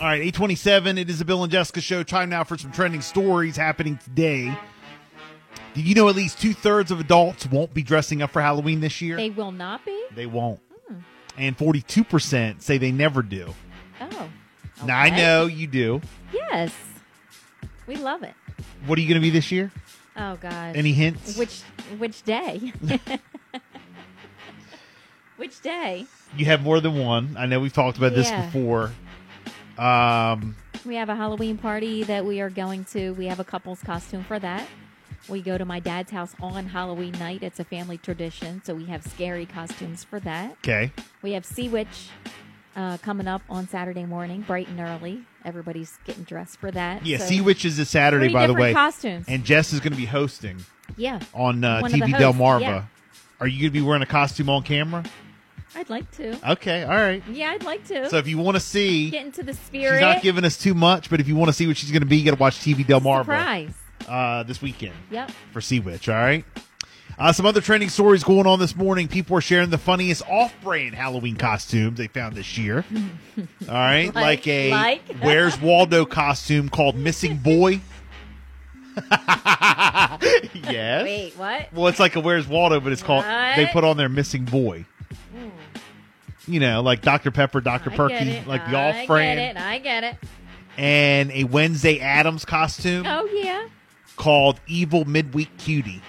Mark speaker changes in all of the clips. Speaker 1: All right, 827. It is the Bill and Jessica show. Time now for some trending stories happening today. Do you know at least two thirds of adults won't be dressing up for Halloween this year?
Speaker 2: They Hmm. will not be?
Speaker 1: They won't. And 42% say they never do.
Speaker 2: Oh.
Speaker 1: Now, I
Speaker 2: okay.
Speaker 1: know you do.
Speaker 2: Yes. We love it.
Speaker 1: What are you going to be this year?
Speaker 2: Oh gosh.
Speaker 1: Any hints?
Speaker 2: Which which day? which day?
Speaker 1: you have more than one. I know we've talked about this
Speaker 2: Yeah.
Speaker 1: before. Um,
Speaker 2: We have a Halloween party that we are going to. We have a couple's costume for that. We go to my dad's house on Halloween night. It's a family tradition, so we have scary costumes for that.
Speaker 1: okay.
Speaker 2: We have Sea Witch uh, coming up on Saturday morning, bright and early. Everybody's getting dressed for that.
Speaker 1: Yeah,
Speaker 2: so
Speaker 1: Sea Witch is this Saturday,
Speaker 2: three
Speaker 1: by the
Speaker 2: different
Speaker 1: way.
Speaker 2: costumes.
Speaker 1: And Jess is going to be hosting
Speaker 2: yeah,
Speaker 1: on uh,
Speaker 2: One of the
Speaker 1: TV Del
Speaker 2: hosts,
Speaker 1: Marva.
Speaker 2: yeah.
Speaker 1: Are you going to be wearing a costume on camera?
Speaker 2: I'd like to.
Speaker 1: Okay, all right.
Speaker 2: Yeah, I'd like to.
Speaker 1: Uh, So if you want to see,
Speaker 2: Get into the spirit.
Speaker 1: she's not giving us too much, but if you want to see what she's going to be, you got to watch TV Del Marva
Speaker 2: Surprise.
Speaker 1: uh, this weekend
Speaker 2: Yep.
Speaker 1: for Sea Witch. All right. Uh, some other trending stories going on this morning. People are sharing the funniest off-brand Halloween costumes they found this year. All right, like,
Speaker 2: Like-
Speaker 1: a
Speaker 2: like?
Speaker 1: Where's Waldo costume called Missing Boy. yes.
Speaker 2: Wait, what?
Speaker 1: Well, it's like a Where's Waldo, but it's called.
Speaker 2: What?
Speaker 1: They put on their missing boy. You know, like Dr. Pepper, Dr.
Speaker 2: Hmm, I get
Speaker 1: Perky,
Speaker 2: it.
Speaker 1: like the
Speaker 2: I
Speaker 1: off
Speaker 2: get it.
Speaker 1: brand,
Speaker 2: I get it.
Speaker 1: and a Wednesday Adams costume
Speaker 2: Oh yeah.
Speaker 1: called Evil Midweek Cutie.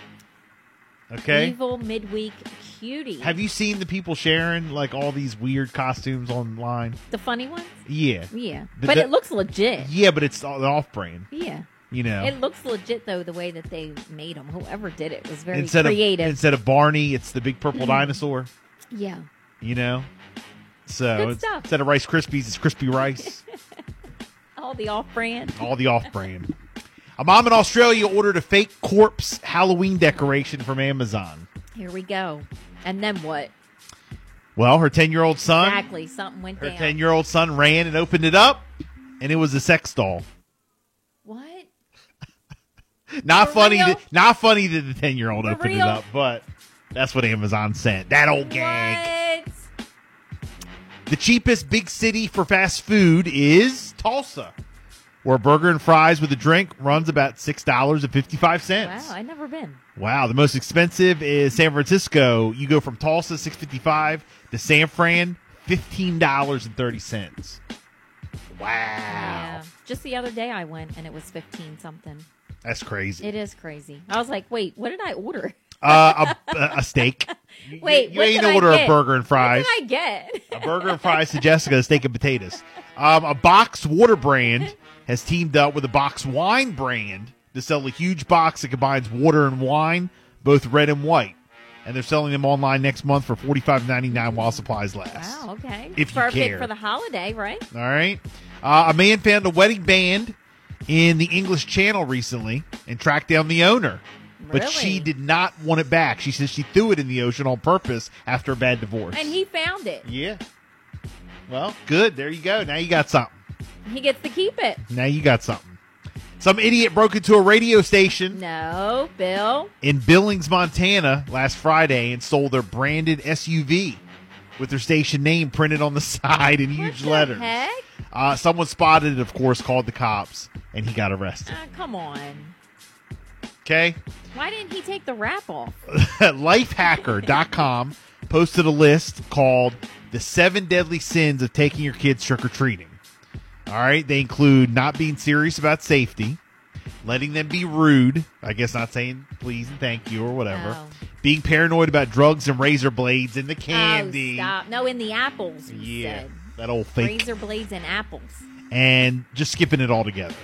Speaker 1: Okay,
Speaker 2: Evil midweek cutie.
Speaker 1: have you seen the people sharing like all these weird costumes online?
Speaker 2: the funny ones?
Speaker 1: Yeah,
Speaker 2: Yeah.
Speaker 1: The-
Speaker 2: but
Speaker 1: the-
Speaker 2: it looks legit.
Speaker 1: yeah, but it's all off brand.
Speaker 2: Yeah.
Speaker 1: You know,
Speaker 2: It looks legit though the way that they made them. Whoever did it was very
Speaker 1: instead of
Speaker 2: creative. Mm-hmm.
Speaker 1: instead of Barney, it's the big purple dinosaur.
Speaker 2: yeah.
Speaker 1: You know,
Speaker 2: Good
Speaker 1: so it's-
Speaker 2: stuff.
Speaker 1: instead of Rice Krispies, it's Crispy Rice.
Speaker 2: All the off-brand.
Speaker 1: all the off-brand. A mom in Australia ordered a fake corpse Halloween decoration from Amazon.
Speaker 2: Here we go. And then what?
Speaker 1: Well, her 10-year-old son,
Speaker 2: Exactly. Something went
Speaker 1: her
Speaker 2: down.
Speaker 1: 10-year-old son ran and opened it up, and it was a sex doll.
Speaker 2: what?
Speaker 1: Not
Speaker 2: For
Speaker 1: funny.
Speaker 2: real?
Speaker 1: That, not funny that the 10-year-old
Speaker 2: For
Speaker 1: opened
Speaker 2: real?
Speaker 1: it up, but that's what Amazon sent. That old gag.
Speaker 2: What?
Speaker 1: The cheapest big city for fast food is Tulsa, where a burger and fries with a drink runs about six dollars and fifty-five
Speaker 2: Wow,
Speaker 1: cents.
Speaker 2: I've never been.
Speaker 1: Wow, the most expensive is San Francisco. You go from Tulsa six fifty five to San Fran fifteen dollars and thirty cents. Wow,
Speaker 2: Yeah. Just the other day I went and it was 15 something.
Speaker 1: that's crazy.
Speaker 2: It is crazy. I was like, wait, what did I order?
Speaker 1: Uh, a, a steak. You-
Speaker 2: Wait,
Speaker 1: you
Speaker 2: what
Speaker 1: ain't
Speaker 2: did I
Speaker 1: order a
Speaker 2: get?
Speaker 1: burger and fries.
Speaker 2: What did I get?
Speaker 1: A burger and fries to Jessica, a steak and potatoes. Um, a box water brand has teamed up with a box wine brand to sell a huge box that combines water and wine, both red and white. And they're selling them online next month for forty five ninety nine while supplies last.
Speaker 2: Wow, okay.
Speaker 1: If you
Speaker 2: Perfect
Speaker 1: care.
Speaker 2: for the holiday, right?
Speaker 1: All right. Uh, a man found a wedding band in the English Channel recently and tracked down the owner. But she
Speaker 2: Really?
Speaker 1: did not want it back. She says she threw it in the ocean on purpose after a bad divorce.
Speaker 2: And he found it.
Speaker 1: Yeah. Well, good. There you go. Now you got something.
Speaker 2: He gets to keep it.
Speaker 1: Now you got something. Some idiot broke into a radio station
Speaker 2: No, Bill.
Speaker 1: in Billings, Montana last Friday and stole their branded SUV with their station name printed on the side in huge
Speaker 2: What the
Speaker 1: letters.
Speaker 2: heck?
Speaker 1: Uh, someone spotted it, of course, called the cops, and he got arrested.
Speaker 2: Ah, come on.
Speaker 1: Okay?
Speaker 2: Why didn't he take the wrap off? Oh,
Speaker 1: Lifehacker.com posted a list called The Seven Deadly Sins of Taking Your Kids Trick or Treating. All right, they include not being serious about safety, letting them be rude, I guess not saying please and thank you or whatever,
Speaker 2: Oh.
Speaker 1: being paranoid about drugs and razor blades and the candy.
Speaker 2: Oh, stop. No, in the apples. He
Speaker 1: Yeah,
Speaker 2: said.
Speaker 1: that old fake
Speaker 2: Razor blades and apples.
Speaker 1: and just skipping it all together.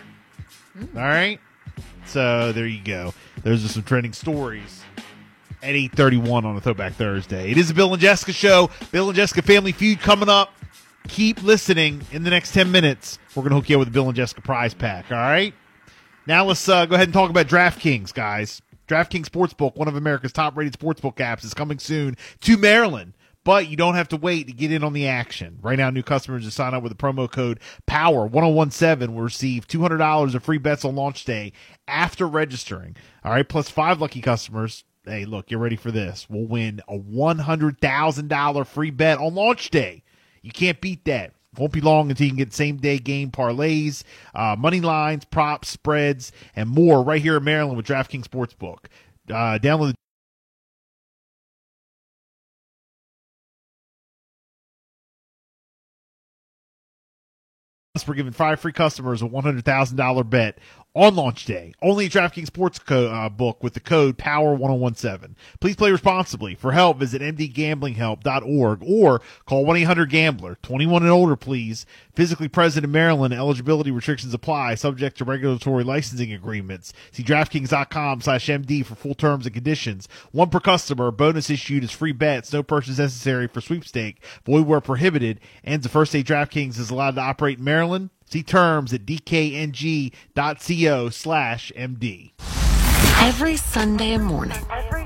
Speaker 1: All right. So there you go. Those are some trending stories at 8:31 on a Throwback Thursday. It is the Bill and Jessica show. Bill and Jessica Family Feud coming up. Keep listening. In the next 10 minutes, we're going to hook you up with the Bill and Jessica prize pack, all right? Now let's uh, go ahead and talk about DraftKings, guys. DraftKings Sportsbook, one of America's top-rated sportsbook apps, is coming soon to Maryland. But you don't have to wait to get in on the action. Right now, new customers who sign up with the promo code POWER1017 will receive $200 of free bets on launch day after registering. All right, plus five lucky customers. Hey, look, you're ready for this. We'll win a $100,000 free bet on launch day. You can't beat that. Won't be long until you can get same day game parlays, uh, money lines, props, spreads, and more right here in Maryland with DraftKings Sportsbook. Uh, download the We're giving five free customers a $100,000 bet on launch day. Only at DraftKings Sports co- uh, Book with the code POWER1017. Please play responsibly. For help, visit mdgamblinghelp.org or call 1-800-GAMBLER. 21 and older, please. Physically present in Maryland. Eligibility restrictions apply. Subject to regulatory licensing agreements. See DraftKings.com slash MD for full terms and conditions. One per customer. Bonus issued is free bets. No purchase necessary for sweepstake. Void where prohibited. And the first day DraftKings is allowed to operate in Maryland. See terms at dkng.co slash MD.
Speaker 3: Every Sunday morning,
Speaker 4: Every